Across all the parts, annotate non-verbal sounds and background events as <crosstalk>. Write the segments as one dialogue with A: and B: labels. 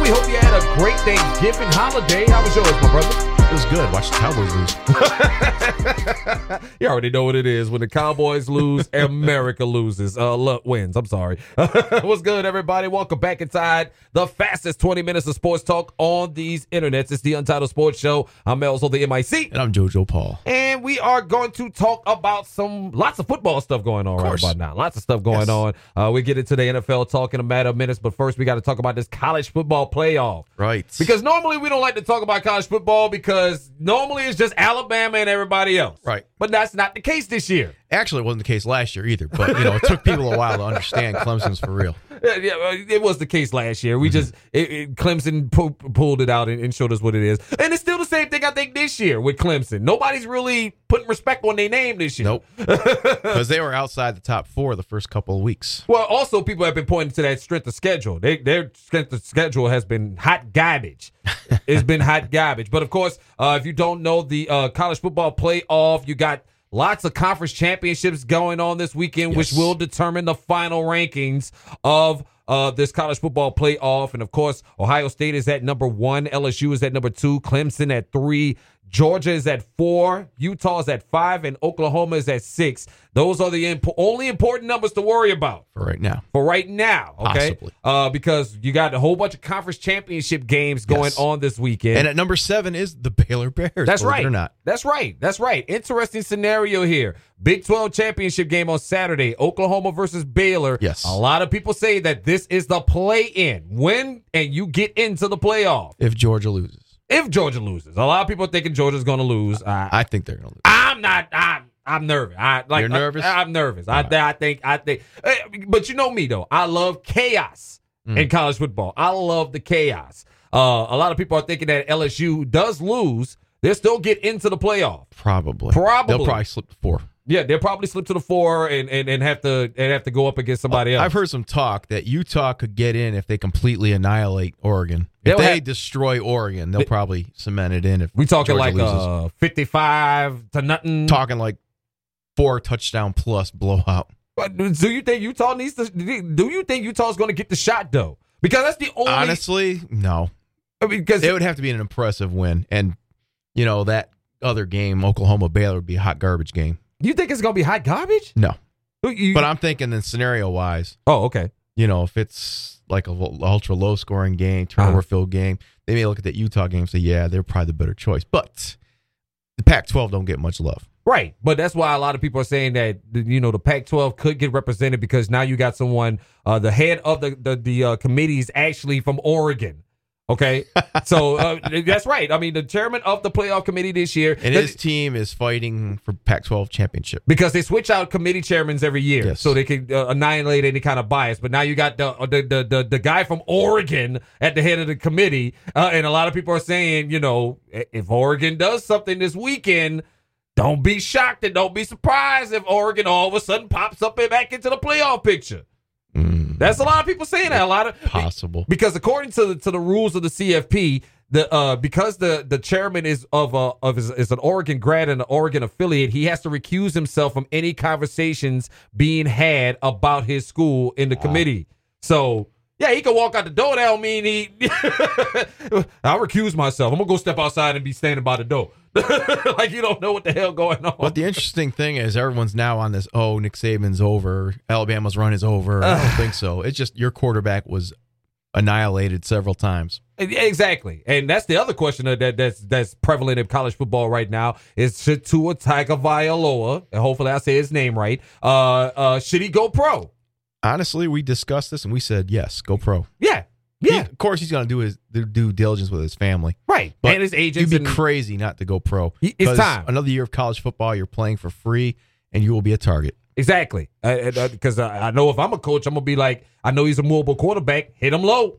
A: We hope you had a great Thanksgiving holiday. How was yours, my brother?
B: It was good. Watch the Cowboys lose.
A: You already know what it is. When the Cowboys <laughs> lose, America loses. Uh, look, wins. I'm sorry. <laughs> What's good, everybody? Welcome back inside the fastest 20 minutes of sports talk on these internets. It's the Untitled Sports Show. I'm also the MIC.
B: And I'm JoJo Paul.
A: And we are going to talk about some lots of football stuff going on right
B: course.
A: about now. Lots of stuff going
B: Yes.
A: on. Uh, we get into the NFL talk in a matter of minutes, but first we got to talk about this college football playoff.
B: Right.
A: Because normally we don't like to talk about college football because normally it's just Alabama and everybody else.
B: Right.
A: But that's not the case this year.
B: actually, it wasn't the case last year either. But you know, it took people a while to understand Clemson's for real.
A: Yeah, yeah, uh, it was the case last year. We just it, it, Clemson pu- pulled it out and, and showed us what it is, and it's still the same thing I think this year with Clemson. Nobody's really putting respect on their name this year. <laughs>
B: Nope. Because they were outside the top four the first couple of weeks.
A: Well, also people have been pointing to that strength of schedule. They, their strength of schedule has been hot garbage. it's been hot garbage. But of course, uh, if you don't know the uh, college football playoff, you got lots of conference championships going on this weekend, which
B: Yes.
A: will determine the final rankings of. Uh, this college football playoff, and of course, Ohio State is at number one, LSU is at number two, Clemson at three, Georgia is at four, Utah is at five, and Oklahoma is at six. Those are the imp- only important numbers to worry about
B: For right now,
A: for right now, okay?
B: Possibly.
A: Uh, because you got a whole bunch of conference championship games going
B: Yes.
A: on this weekend.
B: and at number seven is the Baylor Bears.
A: that's
B: believe it
A: right.
B: Or not.
A: That's right. That's right. Interesting scenario here. Big 12 championship game on Saturday, Oklahoma versus Baylor.
B: Yes.
A: A lot of people say that this is the play in. When and you get into the playoff.
B: If Georgia loses,
A: If Georgia loses, a lot of people are thinking Georgia's going to lose. I,
B: I think they're going to lose.
A: I'm not. I'm. I'm nervous. I like.
B: You're nervous?
A: I, am nervous. I, I think. I think. eh, But you know me though. I love chaos in
B: Mm.
A: college football. I love the chaos. Uh, a lot of people are thinking that LSU does lose. They'll still get into the playoff.
B: Probably.
A: Probably.
B: They'll probably slip to four.
A: Yeah, they'll probably slip to the four and and, and have to and have to go up against somebody else.
B: I've heard some talk that Utah could get in if they completely annihilate Oregon.
A: They'll
B: If they
A: have-
B: destroy Oregon, they'll probably cement it in. If
A: we talking
B: Georgia
A: like
B: loses.
A: uh, 55 to nothing.
B: talking like four touchdown plus blowout.
A: But Do you think Utah needs to? Do you think Utah's going to get the shot though? Because that's the only.
B: Honestly, no.
A: I mean, because
B: It would have to be an impressive win, and you know that other game, Oklahoma Baylor, would be a hot garbage game.
A: you think it's going to be hot garbage.
B: No,
A: Who you-
B: but I'm thinking in scenario wise,
A: Oh, okay.
B: you know, if it's like a l- ultra low scoring game, turnover filled game, they may look at that Utah game and say, yeah, they're probably the better choice. But the Pac-12 don't get much love.
A: Right. But that's why a lot of people are saying that you know the Pac-12 could get represented because now you got someone uh the head of the the, the uh, committee is actually from Oregon. Okay? so uh, that's right. I mean, the chairman of the playoff committee this year
B: And his team is fighting for Pac-12 championship.
A: because they switch out committee chairmans every year,
B: Yes.
A: so they can uh, annihilate any kind of bias. But now you got the uh, the, the the the guy from Oregon at the head of the committee, uh, and a lot of people are saying, you know, i- if Oregon does something this weekend, don't be shocked and don't be surprised if Oregon all of a sudden pops up and back into the playoff picture.
B: Mm,
A: That's a lot of people saying that. A lot of
B: possible.
A: because according to the to the rules of the CFP, the uh because the the chairman is of a of is, is an Oregon grad and an Oregon affiliate, he has to recuse himself from any conversations being had about his school in the committee. So yeah, he can walk out the door. That don't mean he. <laughs> I recuse myself. I'm gonna go step outside and be standing by the door, <laughs> like you don't know what the hell going on.
B: But the interesting thing is, everyone's now on this. Oh, Nick Saban's over. Alabama's run is over. I don't think so. It's just your quarterback was annihilated several times.
A: E, Exactly, and that's the other question that that- that's that's prevalent in college football right now is should Tua Tagovailoa, and hopefully I say his name right, uh, uh, should he go pro?
B: Honestly, we discussed this and we said yes, go pro.
A: Yeah,
B: He-
A: yeah,
B: of course, he's going to do his do due diligence with his family.
A: right.
B: But
A: and his
B: You'd
A: agents.
B: be
A: and-
B: crazy not to go pro.
A: He- it's
B: 'Cause
A: time.
B: Another year of college football. You're playing for free, and you will be a target.
A: exactly, because uh, I know if I'm a coach, I'm gonna be like, I know he's a mobile quarterback. Hit him low,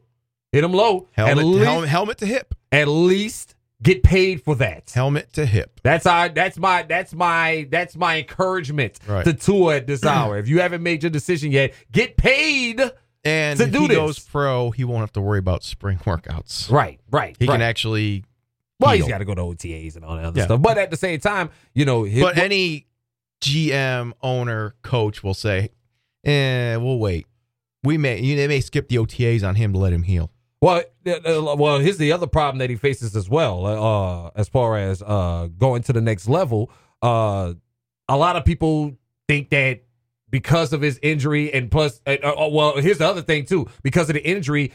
A: hit him low.
B: Helmet,
A: at
B: to,
A: least,
B: helmet, helmet to hip.
A: at least get paid for that.
B: Helmet to hip.
A: That's our. That's my. That's my. That's my encouragement
B: Right.
A: to Tua at this hour. if you haven't made your decision yet, get paid.
B: And
A: To
B: if
A: do
B: he
A: this.
B: goes pro, he won't have to worry about spring <laughs> workouts.
A: Right, right.
B: He
A: right.
B: can actually
A: Well, he's
B: heal.
A: got to go to OTAs and all that other
B: Yeah.
A: stuff. But at the same time, you know, his,
B: but any GM, owner, coach will say, "Eh, we'll wait. We may you, they may skip the OTAs on him to let him heal."
A: Well, uh, well, here's the other problem that he faces as well. Uh, as far as uh, going to the next level, uh, a lot of people think that because of his injury, and plus, uh, uh, well, here's the other thing too. Because of the injury,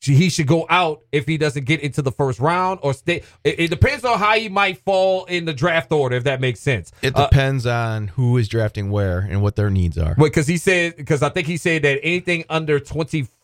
A: she, he should go out if he doesn't get into the first round or stay. It, it depends on how he might fall in the draft order, if that makes sense.
B: It
A: Uh,
B: depends on who is drafting where and what their needs are.
A: because he said, because I think he said that anything under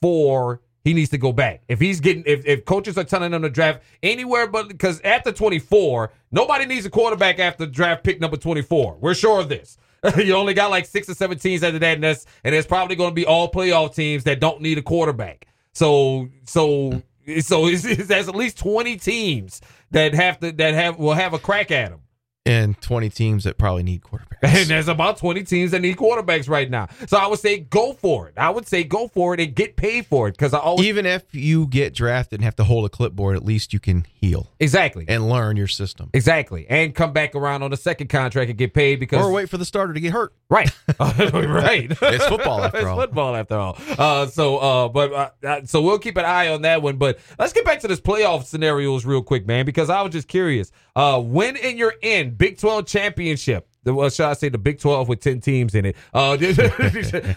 A: 24, he needs to go back. If he's getting, if, if coaches are telling him to draft anywhere, but because after 24, nobody needs a quarterback after draft pick number 24. We're sure of this. <laughs> you only got like six or seven teams after that, and that's and it's probably going to be all playoff teams that don't need a quarterback. So, so, so it's, it's, there's at least 20 teams that have to that have will have a crack at him.
B: And 20 teams that probably need
A: <laughs> And
B: quarterbacks.
A: there's about 20 teams that need quarterbacks right now. So I would say go for it. I would say go for it and get paid for it because I always
B: Even if you get drafted and have to hold a clipboard, at least you can heal
A: exactly
B: and learn your system.
A: exactly and come back around on the second contract and get paid because
B: Or wait for the starter to get hurt. <laughs>
A: right <laughs> right
B: It's football after
A: <laughs> It's
B: all.
A: football after all. Uh, so uh, but uh, uh, so we'll keep an eye on that one. But let's get back to this playoff scenarios real quick, man, because I was just curious. Uh, when in your end Big Twelve championship. the- Well, should I say the Big Twelve with ten teams in it? Uh,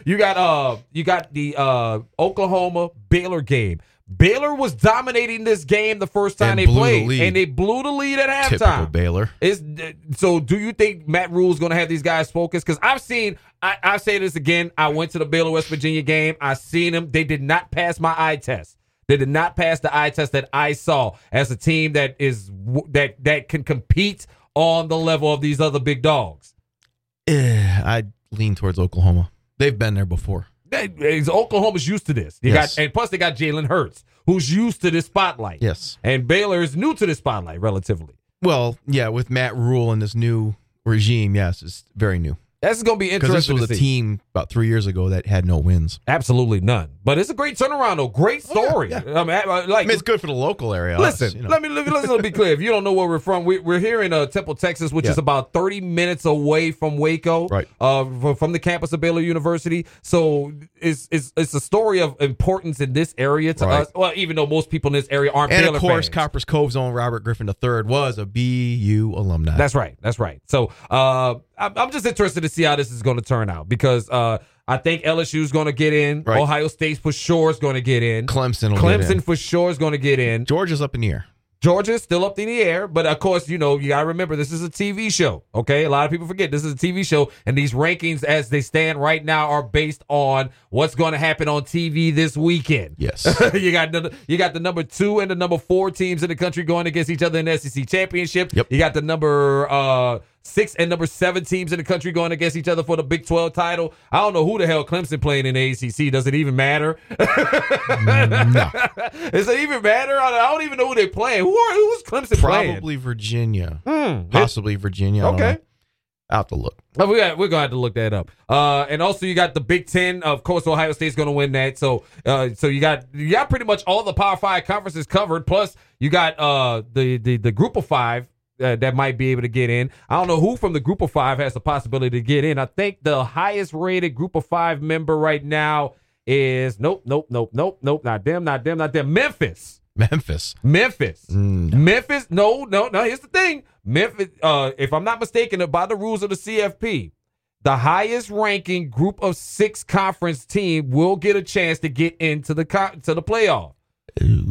A: <laughs> you got uh, you got the uh, Oklahoma Baylor game. Baylor was dominating this game the first time
B: And
A: they
B: blew the
A: played,
B: lead.
A: and they blew the lead at halftime.
B: Typical Baylor.
A: Is so? Do you think Matt Rule is going to have these guys focused? Because I've seen, I, I say this again. I went to the Baylor West Virginia game. I seen them. They did not pass my eye test. They did not pass the eye test that I saw as a team that is that that can compete on the level of these other big dogs.
B: Eh, I lean towards Oklahoma. They've been there before.
A: They- it's- Oklahoma's used to this. They
B: Yes.
A: got and plus they got Jalen Hurts, who's used to this spotlight.
B: Yes.
A: And Baylor is new to the spotlight relatively.
B: Well, yeah, with Matt Rule and this new regime, yes, it's very new.
A: That's going to be
B: Because
A: interesting.
B: this was
A: to
B: a
A: see.
B: team about three years ago that had no wins.
A: Absolutely none. But it's a great turnaround, though. Great story.
B: Oh, yeah,
A: I mean, I- I- like,
B: I mean, it's good for the local area. us,
A: listen,
B: you know.
A: let me let me let's be clear. If you don't know where we're from, we, we're here in uh, Temple, Texas, which
B: Yeah.
A: is about 30 minutes away from Waco,
B: Right.
A: Uh, fr- from the campus of Baylor University. So it's it's it's a story of importance in this area to
B: Right.
A: us. Well, even though most people in this area aren't
B: and
A: Baylor
B: of course,
A: fans.
B: Copper's Cove's own Robert Griffin III was a BU alumni.
A: That's right. That's right. So uh, I'm, I'm just interested to see how this is going to turn out because uh, I think LSU is going to get in.
B: Right.
A: Ohio State for sure is going to get in.
B: Clemson. Will Clemson.
A: Clemson for sure is going to get in.
B: Georgia's up in the air.
A: Georgia's still up in the air, but of course, you know, you gotta remember this is a TV show. Okay, a lot of people forget this is a TV show, and these rankings as they stand right now are based on what's going to happen on TV this weekend.
B: <laughs> Yes.
A: <laughs> you got the, you got the number two and the number four teams in the country going against each other in the SEC championship.
B: Yep.
A: You got the number uh, six and number seven teams in the country going against each other for the Big Twelve title. I don't know who the hell Clemson playing in the ACC. Does it even matter?
B: no.
A: <laughs> Does it even matter? I I don't even know who they playing. Who are who's Clemson playing? Hmm.
B: Probably Virginia. Possibly Virginia. I don't
A: Okay.
B: know. I'll have to look. <laughs>
A: Oh, we got, we're gonna have to look that up. Uh, and also you got the Big Ten. Of course, Ohio State's gonna win that. So, uh, so you got you got pretty much all the Power Five conferences covered. Plus, you got uh the the the Group of Five. Uh, that might be able to get in. I don't know who from the group of five has the possibility to get in. I think the highest rated group of five member right now is nope, nope, nope, nope, nope, not them, not them, not them. Memphis.
B: Memphis.
A: Memphis.
B: Mm.
A: Memphis, no, no, no. Here's the thing. Memphis, uh, if I'm not mistaken, by the rules of the CFP, the highest ranking group of six conference team will get a chance to get into the con- to the playoff.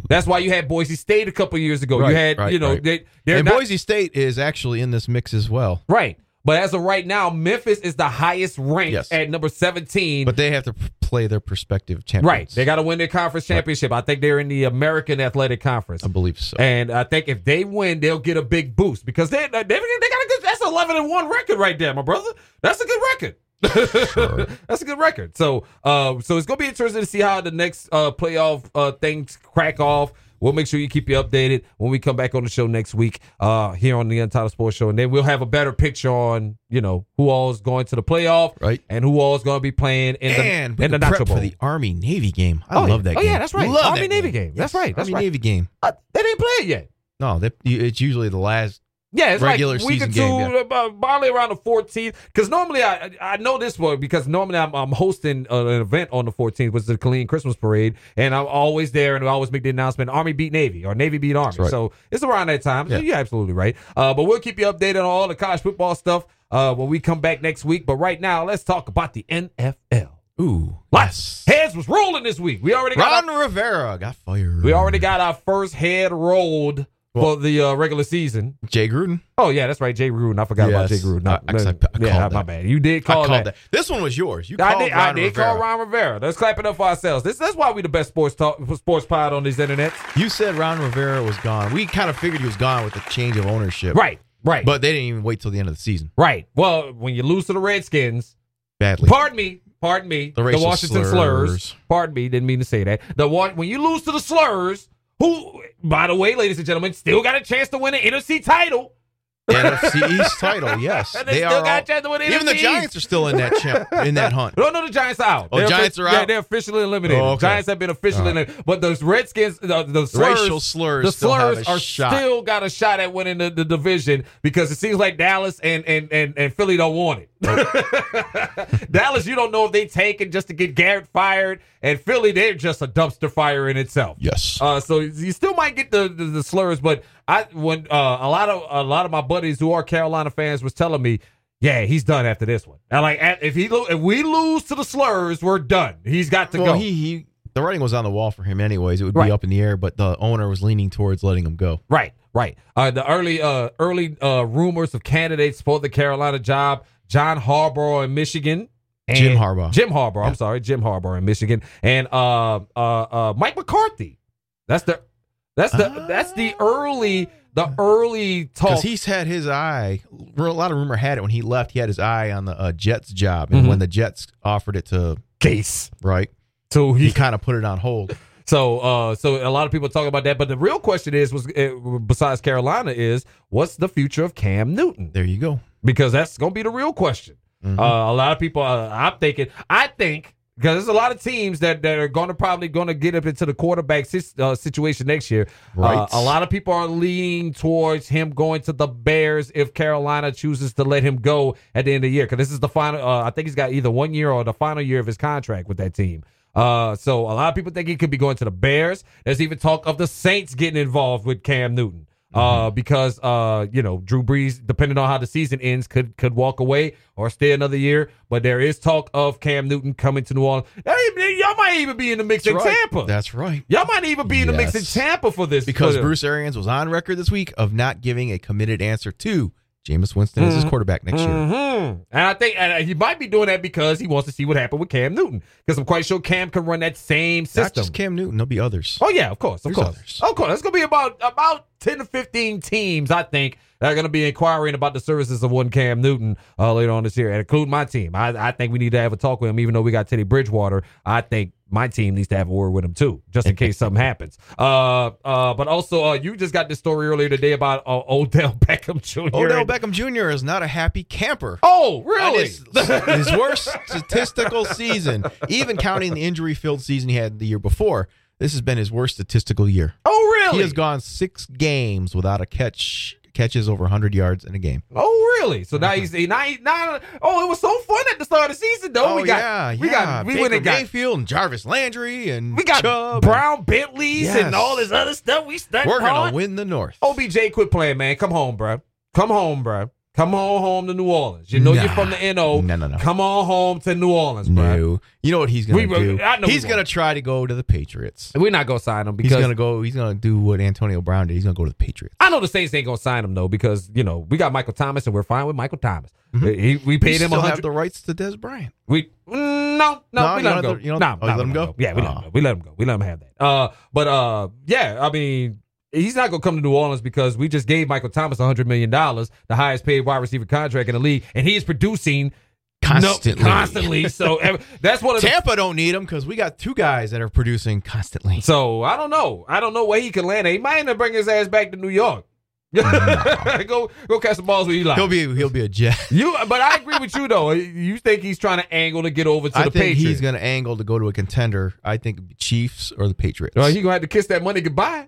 A: That's why you had Boise State a couple years ago.
B: Right,
A: you had,
B: right,
A: you know,
B: right.
A: they, they're
B: And
A: not
B: Boise State is actually in this mix as well.
A: right. But as of right now, Memphis is the highest ranked
B: Yes.
A: at number 17.
B: But they have to p- play their prospective champions.
A: right. They got to win their conference championship. I think they're in the American Athletic Conference.
B: I believe so.
A: And I think if they win, they'll get a big boost because they they, they got a good that's eleven and one record right there, my brother. That's a good record. <laughs>
B: Sure. <laughs>
A: that's a good record. So uh, so it's gonna be interesting to see how the next uh, playoff uh, things crack off. We'll make sure you keep you updated when we come back on the show next week uh, here on the Untitled Sports Show, and then we'll have a better picture on you know who all is going to the playoff,
B: Right.
A: and who all is going to be playing in
B: and
A: the
B: we
A: in the
B: can
A: Nacho
B: prep
A: Bowl.
B: for the Army Navy game. I
A: Oh, yeah.
B: love that
A: Oh,
B: game.
A: yeah, that's right.
B: Love
A: Army
B: that
A: Navy game. That's right, that's
B: Army
A: right.
B: Navy game.
A: Uh, they didn't play it yet.
B: No, that, you- it's usually the last
A: Yeah, it's
B: Regular
A: like week
B: season
A: or two,
B: game, yeah.
A: uh, probably around the 14th. Because normally I I know this one because normally I'm, I'm hosting uh, an event on the 14th, which is the Colleen Christmas Parade, and I'm always there and I always make the announcement: Army beat Navy or Navy beat Army.
B: right.
A: So it's around that time.
B: Yeah.
A: So you're absolutely right. Uh, but we'll keep you updated on all the college football stuff uh, when we come back next week. But right now, let's talk about the NFL.
B: Ooh.
A: Lots heads was rolling this week. We already got
B: Ron Rivera got fired.
A: we already got our first head rolled
B: Well-
A: for the uh, regular season.
B: Jay Gruden.
A: Oh yeah, that's right, Jay Gruden. I forgot about Jay
B: Yes.
A: Gruden.
B: I- I- I called
A: yeah, my
B: that.
A: bad. You did
B: I
A: call
B: called
A: that.
B: that. This one was yours. You
A: I
B: called
A: did.
B: Ron
A: I did
B: Rivera.
A: call Ron Rivera. Let's clap it up for ourselves. This, that's why we the best sports talk, sports pod on these internet.
B: You said Ron Rivera was gone. We kind of figured he was gone with the change of ownership.
A: Right, right,
B: But they didn't even wait till the end of the season.
A: right. Well, when you lose to the Redskins,
B: Badly.
A: pardon me, pardon me,
B: The racial
A: Washington slurs.
B: slurs.
A: Pardon me, didn't mean to say that. The Wa- when you lose to the slurs, who, by the way, ladies and gentlemen, still got a chance to win an NFC title.
B: NFC
A: <laughs>
B: East title, yes.
A: And they, still
B: are
A: got
B: all-
A: a chance to win an
B: Even the
A: NFC.
B: Giants are still in that champ, in that hunt.
A: No, no, the Giants are out.
B: Oh, Giants are
A: yeah,
B: out?
A: they're officially eliminated.
B: Oh, okay.
A: Giants have been officially
B: All right.
A: eliminated. But those Redskins, the, <laughs> the slurs,
B: Racial slurs.
A: the
B: still have
A: slurs
B: a
A: are
B: shot.
A: still got a shot at winning the, the division because it seems like Dallas and and and, and Philly don't want it. <laughs> Dallas, you don't know if they taking just to get Garrett fired, and Philly, they're just a dumpster fire in itself.
B: Yes.
A: Uh, so you still might get the, the, the slurs, but I when uh, a lot of a lot of my buddies who are Carolina fans was telling me, yeah, he's done after this one. And like at- if he lo- if we lose to the slurs, we're done. He's got to
B: well,
A: go.
B: he he the writing was on the wall for him anyways. It would
A: Right.
B: be up in the air, but the owner was leaning towards letting him go.
A: right, right. Uh, the early uh, early uh, rumors of candidates for the Carolina job: John Harbaugh in Michigan. and-
B: Jim Harbaugh.
A: Jim Harbaugh. I'm sorry, Jim Harbaugh in Michigan, and uh, uh, uh, Mike McCarthy. That's the that's the that's the early the early talk.
B: Because he's had his eye. A lot of rumor had it when he left. He had his eye on the uh, Jets job, and
A: Mhm.
B: when the Jets offered it to
A: case.
B: right,
A: So
B: he
A: he
B: kind of put it on hold.
A: so uh so a lot of people talk about that, but the real question is was uh, besides Carolina is what's the future of Cam Newton?
B: There you go.
A: Because that's gonna be the real question.
B: Mhm.
A: Uh, a lot of people, uh, I'm thinking, I think because there's a lot of teams that, that are going to probably going to get up into the quarterback sis, uh, situation next year. Uh,
B: Right.
A: a lot of people are leaning towards him going to the Bears if Carolina chooses to let him go at the end of the year. Because this is the final. Uh, I think he's got either one year or the final year of his contract with that team. Uh, so a lot of people think he could be going to the Bears. There's even talk of the Saints getting involved with Cam Newton
B: Mm-hmm.
A: uh, because uh, you know Drew Brees, depending on how the season ends, could could walk away or stay another year. But there is talk of Cam Newton coming to New Orleans. Hey, man, y'all might even be in the mix in Tampa.
B: That's right.
A: y'all might even be in the mix in
B: Yes.
A: Tampa for this
B: Because
A: for the-
B: Bruce Arians was on record this week of not giving a committed answer to Jameis Winston as his
A: Mm-hmm.
B: quarterback next year.
A: Mhm. And I think and he might be doing that because he wants to see what happened with Cam Newton. Because I'm quite sure Cam can run that same
B: Not
A: system.
B: just Cam Newton. There'll be others.
A: Oh yeah, of course, of
B: There's
A: course,
B: others.
A: of course. It's gonna be about about ten to fifteen teams, I think, that are gonna be inquiring about the services of one Cam Newton uh, later on this year, and include my team. I, I think we need to have a talk with him, even though we got Teddy Bridgewater. I think my team needs to have a word with him too, just in case something happens. Uh, uh, but also, uh, you just got this story earlier today about uh, Odell <laughs> Beckham Jr.
B: Odell
A: and-
B: Beckham Jr. is not a happy camper.
A: Oh,
B: On
A: really?
B: His,
A: <laughs>
B: his worst statistical season, even counting the injury filled season he had the year before. This has been his worst statistical year.
A: oh, really?
B: He has gone six games without a catch catches over 100 yards in a game.
A: Oh really? So
B: Mm-hmm.
A: now he's now, he, now oh it was so fun at the start of the season though. Oh, we got we got we went
B: Oh, Baker
A: and got
B: Mayfield and Jarvis Landry and
A: We got
B: Chubb.
A: Brown Bentleys and
B: Yes.
A: all this other stuff. We studied
B: We're gonna
A: hard.
B: win the North.
A: OBJ, quit playing, man. Come home, bro. Come home, bro. Come on home to New Orleans. You know you're
B: Nah.
A: from the NO.
B: No, no, no.
A: Come on home to New Orleans, bro.
B: no, you know what he's gonna
A: We were-
B: do?
A: I know we
B: he's
A: won't.
B: gonna try to go to the Patriots.
A: We're not gonna sign him
B: He's
A: because
B: gonna go. He's gonna do what Antonio Brown did. He's gonna go to the Patriots.
A: I know the Saints ain't gonna sign him though because you know we got Michael Thomas and we're fine with Michael Thomas. He- we paid
B: you
A: him a
B: Mm-hmm. still
A: hundred.
B: have the rights to Des Bryant.
A: We mm, no no,
B: No,
A: we let him
B: you don't
A: go.
B: have to- you don't-
A: no,
B: oh,
A: no,
B: you let him
A: no,
B: go?
A: no. Yeah, we let him
B: Oh.
A: go. We let him go. We let him have that. Uh, but uh, yeah, I mean, he's not gonna come to New Orleans because we just gave Michael Thomas hundred million dollars, the highest paid wide receiver contract in the league, and he is producing no-
B: Constantly. <laughs>
A: constantly. So ev- that's one of the.
B: Tampa don't need him because we got two guys that are producing constantly.
A: So I don't know. I don't know where he can land. He might end up bringing his ass back to New York. <laughs> go go catch some balls with Eli.
B: Mm. He'll be he'll be
A: <laughs>
B: a Jet.
A: you, but I agree with you though. You think he's trying to angle to get over to
B: I
A: the
B: think
A: Patriots?
B: he's going to angle to go to a contender. I think it'd be Chiefs or the Patriots.
A: Well, he gonna have to kiss that money goodbye.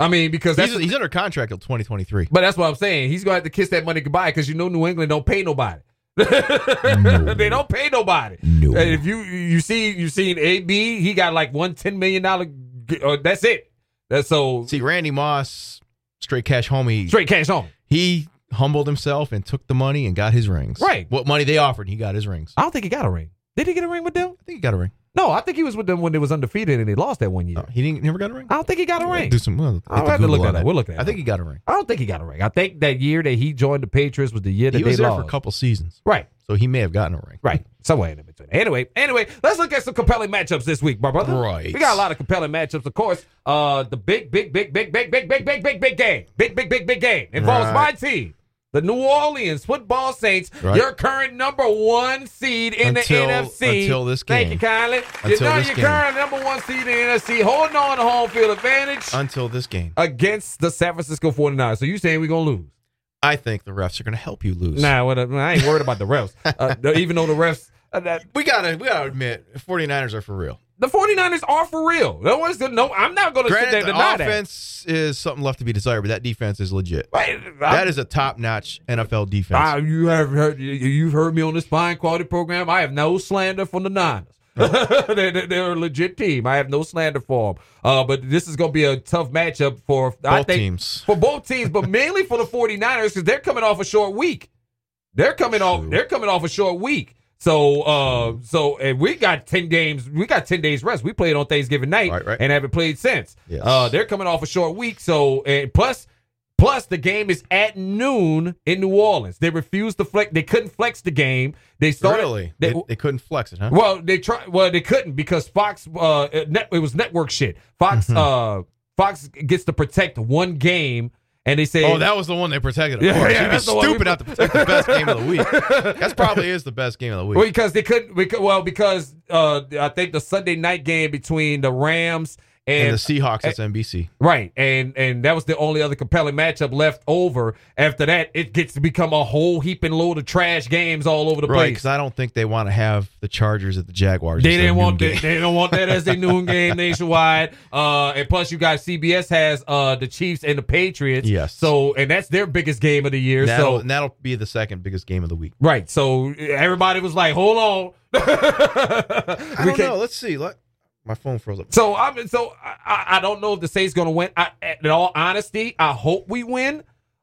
A: I mean, because that's
B: He's, he's under contract till 2023.
A: but that's what I'm saying. He's gonna have to kiss that money goodbye because you know New England don't pay nobody. <laughs> they don't pay nobody.
B: No.
A: And if you you see you seen AB, he got like one ten million dollar. Uh, that's it. That's so
B: See, Randy Moss, straight cash homie,
A: straight cash on.
B: he humbled himself and took the money and got his rings.
A: Right.
B: What money they offered, he got his rings. I
A: I don't think he got a ring. Did he get a ring with them?
B: think he got a ring.
A: No, I think he was with them when they was undefeated and they lost that one year.
B: Oh, he didn't never got a ring.
A: I don't think he got a ring.
B: Do some. We'll
A: I'll have to
B: Google
A: look
B: all
A: that up. We'll look that
B: I
A: up.
B: think he got a ring.
A: I don't think he got a ring. I think that year that he joined the Patriots was the year that
B: He was
A: they
B: there
A: lost.
B: for a couple seasons,
A: right,
B: so he may have gotten a ring.
A: right, somewhere in between. Anyway, anyway, let's look at some compelling matchups this week, my brother.
B: Right.
A: we got a lot of compelling matchups. Of course, uh, the big, big, big, big, big, big, big, big, big, big game, big, big, big, big game involves
B: Right.
A: my team. The New Orleans Football Saints,
B: Right.
A: your current number one seed in
B: Until-
A: the NFC.
B: until this
A: Thank you,
B: game.
A: Kylie. you
B: Until
A: know
B: this
A: your
B: game.
A: current number one seed in the NFC, holding on to home field advantage
B: Until this game,
A: against the San Francisco 49ers. So you saying we're gonna lose?
B: I think the refs are going to help you lose.
A: Nah, what, I ain't worried about the refs.
B: <laughs>
A: Uh, though- even though the refs, uh, that,
B: we gotta we gotta admit, 49ers are for real.
A: the 49ers are for real. No one's gonna, no, I'm not going to sit there
B: Granted,
A: and
B: the
A: deny
B: offense is something left to be desired, but that defense is legit.
A: that.
B: That is a top notch NFL defense.
A: I, you have heard, you- you've heard me on the spine quality program. I have no slander for the Niners. <laughs> they, they, they're a legit team. I have no slander for them. Uh, but this is going to be a tough matchup for I
B: Both
A: think
B: teams.
A: for both teams, but mainly for the 49ers because they're coming off a short week. They're coming off.
B: True.
A: They're coming off a short week. So, uh, so and we got ten games. We got ten days rest. We played on Thanksgiving night
B: Right, right.
A: and haven't played since.
B: Yes.
A: Uh, they're coming off a short week. So, and plus, plus the game is at noon in New Orleans. They refused to flex. They couldn't flex the game. They started.
B: really?
A: they-
B: They, they couldn't flex it, huh?
A: well, they try. Well, they couldn't because Fox. Uh, it net, it was network shit. Fox.
B: Mm-hmm.
A: Uh, Fox gets to protect one game, and they say,
B: Oh, that was the one they protected. Of
A: Yeah,
B: course.
A: yeah,
B: You'd be
A: that's the one we
B: stupid not to protect the
A: <laughs>
B: best game of the week. That probably is the best game of the week.
A: Well, because they couldn't. Because, well, because uh, I think the Sunday night game between the Rams and,
B: and the Seahawks, that's NBC.
A: right, and and that was the only other compelling matchup left over. After that, it gets to become a whole heaping load of trash games all over the
B: Right,
A: place.
B: because I don't think they want to have the Chargers at the Jaguars.
A: They
B: as their
A: didn't
B: noon
A: want
B: game.
A: that. They don't want that as their noon game
B: <laughs>
A: nationwide. Uh, and plus, you got CBS has uh the Chiefs and the Patriots.
B: Yes.
A: So, and that's their biggest game of the year.
B: That'll,
A: so
B: and that'll be the second biggest game of the week.
A: right. So everybody was like, "Hold on." <laughs>
B: I
A: We
B: don't
A: can't-
B: know. Let's see. Let, my phone froze up.
A: So I'm so I- I, I don't know if the Saints gonna win. I, in all honesty, I hope we win.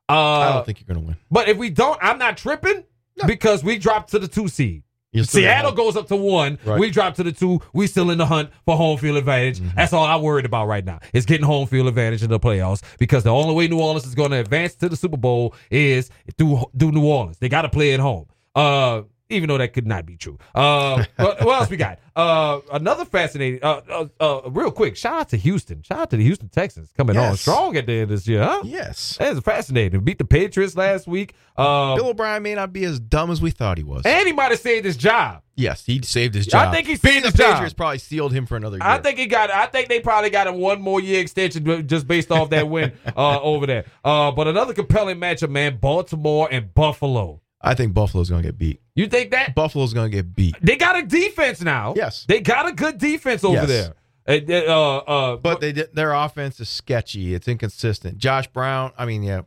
B: I
A: Uh,
B: don't think you're going to win.
A: but if we don't, I'm not tripping because we dropped to the two seed.
B: You're still at
A: Seattle
B: home.
A: goes up to one.
B: Right.
A: We drop to the two. We still in the hunt for home field advantage. That's all I'm worried about right now is getting home field advantage in the playoffs because the only way New Orleans is going to advance to the Super Bowl is through through New Orleans. They got to play at home. Uh, even though that could not be true. Uh, <laughs> what, what else we got? Uh, another fascinating. Uh, uh, uh, real quick, shout out to Houston. Shout out to the Houston Texans coming on
B: Yes.
A: strong at the end of this year. Huh?
B: Yes.
A: That is fascinating. Beat the Patriots last week. Uh,
B: Bill O'Brien may not be as dumb as we thought he was.
A: and he might have saved his job.
B: yes, he saved his
A: I
B: job.
A: think he
B: Being
A: saved
B: the
A: his job.
B: Patriots probably sealed him for another year.
A: I think he got. I think they probably got him one more year extension but just based off that
B: <laughs>
A: win uh, over there. Uh, but another compelling matchup, man. Baltimore and Buffalo.
B: I think Buffalo's going to get beat.
A: You think that
B: Buffalo's going to get beat.
A: they got a defense now?
B: Yes.
A: they got a good defense over
B: Yes.
A: there. And, Uh, uh,
B: But they did, their offense is sketchy. It's inconsistent. Josh Brown, I mean, yeah,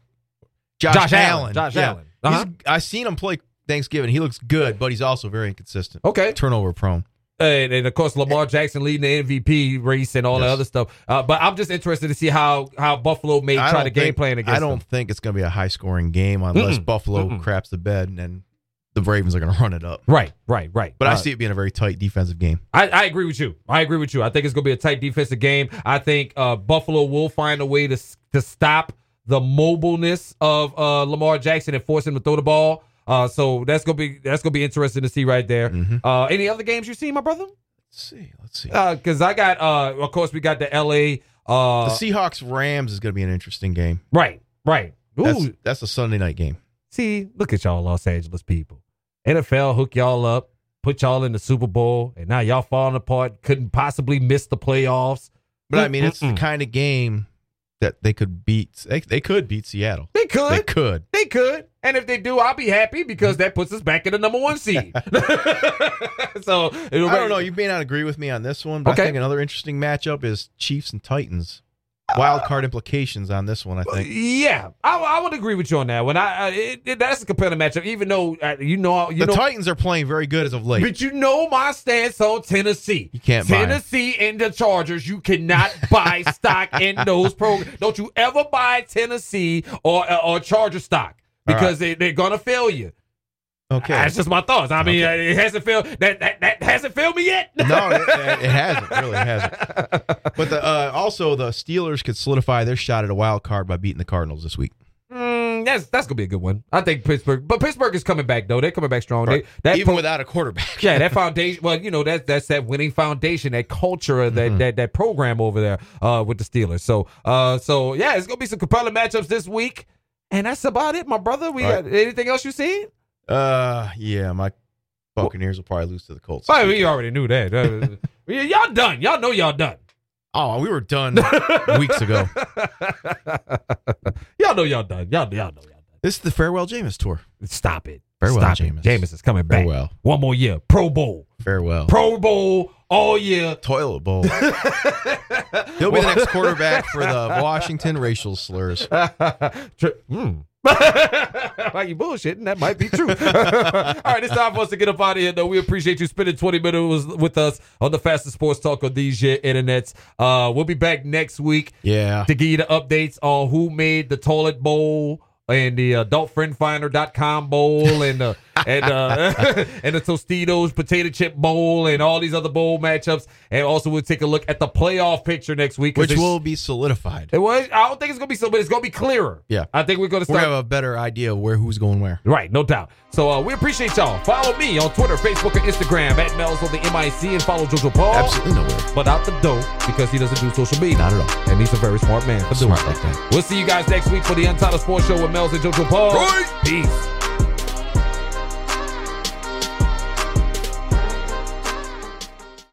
B: Josh,
A: uh, Josh Allen,
B: Allen.
A: Josh Allen.
B: He's-
A: Uh-huh.
B: I seen him play Thanksgiving. He looks good, but he's also very inconsistent.
A: okay,
B: Turnover prone.
A: and, and of course Lamar Jackson leading the MVP race and all that
B: Yes.
A: other stuff. Uh, but I'm just interested to see how how Buffalo may
B: I
A: try
B: don't
A: to game
B: think-
A: plan against.
B: I don't
A: them.
B: think it's going to be a high scoring game unless
A: Mm-mm.
B: Buffalo
A: Mm-mm.
B: craps the bed and then the Ravens are going to <laughs> run it up.
A: Right, right, right.
B: But I
A: Uh,
B: see it being a very tight defensive game.
A: I, I agree with you. I agree with you. I think it's going to be a tight defensive game. I think uh, Buffalo will find a way to s- to stop the mobileness of uh, Lamar Jackson and force him to throw the ball. Uh, so that's gonna be that's gonna be interesting to see right there.
B: Mhm.
A: Uh, any other games you see, my brother?
B: Let's see. Let's see.
A: Because I got, uh, of course, we got the L.A.
B: the
A: Uh,
B: Seahawks Rams is going to be an interesting game.
A: right, right. Ooh,
B: That's, that's a Sunday night game.
A: see, look at y'all, Los Angeles people. NFL hook y'all up, put y'all in the Super Bowl, and now y'all falling apart. Couldn't possibly miss the playoffs.
B: But I mean, it's the
A: Mm-mm-mm.
B: kind of game that they could beat. They, they could beat Seattle.
A: They could.
B: They could.
A: They could. And if they do, I'll be happy because that puts us back in the number one
B: <laughs>
A: seed. <laughs> so
B: I don't know. You may not agree with me on this one, but
A: Okay.
B: I think another interesting matchup is Chiefs and Titans. wild card implications on this one. I think
A: Yeah, I, I would agree with you on that. When I, I it, it- that's a competitive matchup, even though uh, you know you
B: the
A: know,
B: Titans are playing very good as of late.
A: but you know my stance on Tennessee.
B: You can't buy 'em.
A: Tennessee and the Chargers. You cannot buy
B: <laughs>
A: stock in those programs. Don't you ever buy Tennessee or uh, or Charger stock
B: All right.
A: because they, they're gonna fail you.
B: Okay,
A: That's just my thoughts. I mean, uh it hasn't failed. That, that that hasn't failed me yet. <laughs>
B: no, it, it hasn't really it hasn't. But the, uh, also the Steelers could solidify their shot at a wild card by beating the Cardinals this week.
A: Mm, that's that's gonna be a good one. I think Pittsburgh, but Pittsburgh is coming back though. They're coming back strong. They, that
B: Even
A: pro-
B: without a quarterback.
A: yeah,
B: <laughs>
A: that foundation. Well, you know that that's that winning foundation, that culture, that
B: Mm-hmm.
A: that that program over there uh, with the Steelers. So uh, so yeah, it's gonna be some compelling matchups this week, and that's about it, my brother. We
B: All
A: got anything else you see?
B: Uh, yeah, my Buccaneers will probably lose to the Colts.
A: Well, we already knew that.
B: <laughs>
A: Uh, yeah, y'all done. Y'all know y'all done.
B: Oh, we were <laughs> done weeks ago.
A: y'all know y'all done. Y'all y'all know y'all done.
B: This is the farewell Jameis tour.
A: Stop it.
B: Farewell,
A: Stop it.
B: Jameis.
A: Jameis is coming back.
B: Farewell.
A: One more year. Pro Bowl.
B: Farewell.
A: Pro Bowl all year.
B: Toilet bowl. <laughs> He'll be the next quarterback for the Washington racial slurs.
A: <laughs> Tri- Hmm. <laughs> Why you bullshitting? That might be true. <laughs> All right, it's time for us to get up out of here, though. We appreciate you spending 20 minutes with us on the fastest sports talk on these year internets. Uh, we'll be back next week
B: Yeah.
A: to give you the updates on who made the toilet bowl and the adultfriendfinder.com bowl and
B: <laughs>
A: uh, and uh, <laughs> and the Tostitos potato chip bowl and all these other bowl matchups. And also we'll take a look at the playoff picture next week. 'cause
B: Which
A: it's-
B: will be solidified.
A: it was, I don't think it's gonna be so, but it's gonna be clearer.
B: Yeah.
A: I think we're gonna
B: We're
A: start
B: going to have a better idea of where who's going where.
A: Right, no doubt. So uh, we appreciate y'all. Follow me on Twitter, Facebook, and Instagram at Mel's on the MIC and follow Jojo Paul.
B: Absolutely nowhere.
A: But out the dough because he doesn't do social media.
B: Not at all.
A: And he's a very smart man. for doing
B: Smart like that.
A: We'll see you guys next week for the Untitled Sports Show with Mel's and Jojo Paul.
B: Right.
A: Peace.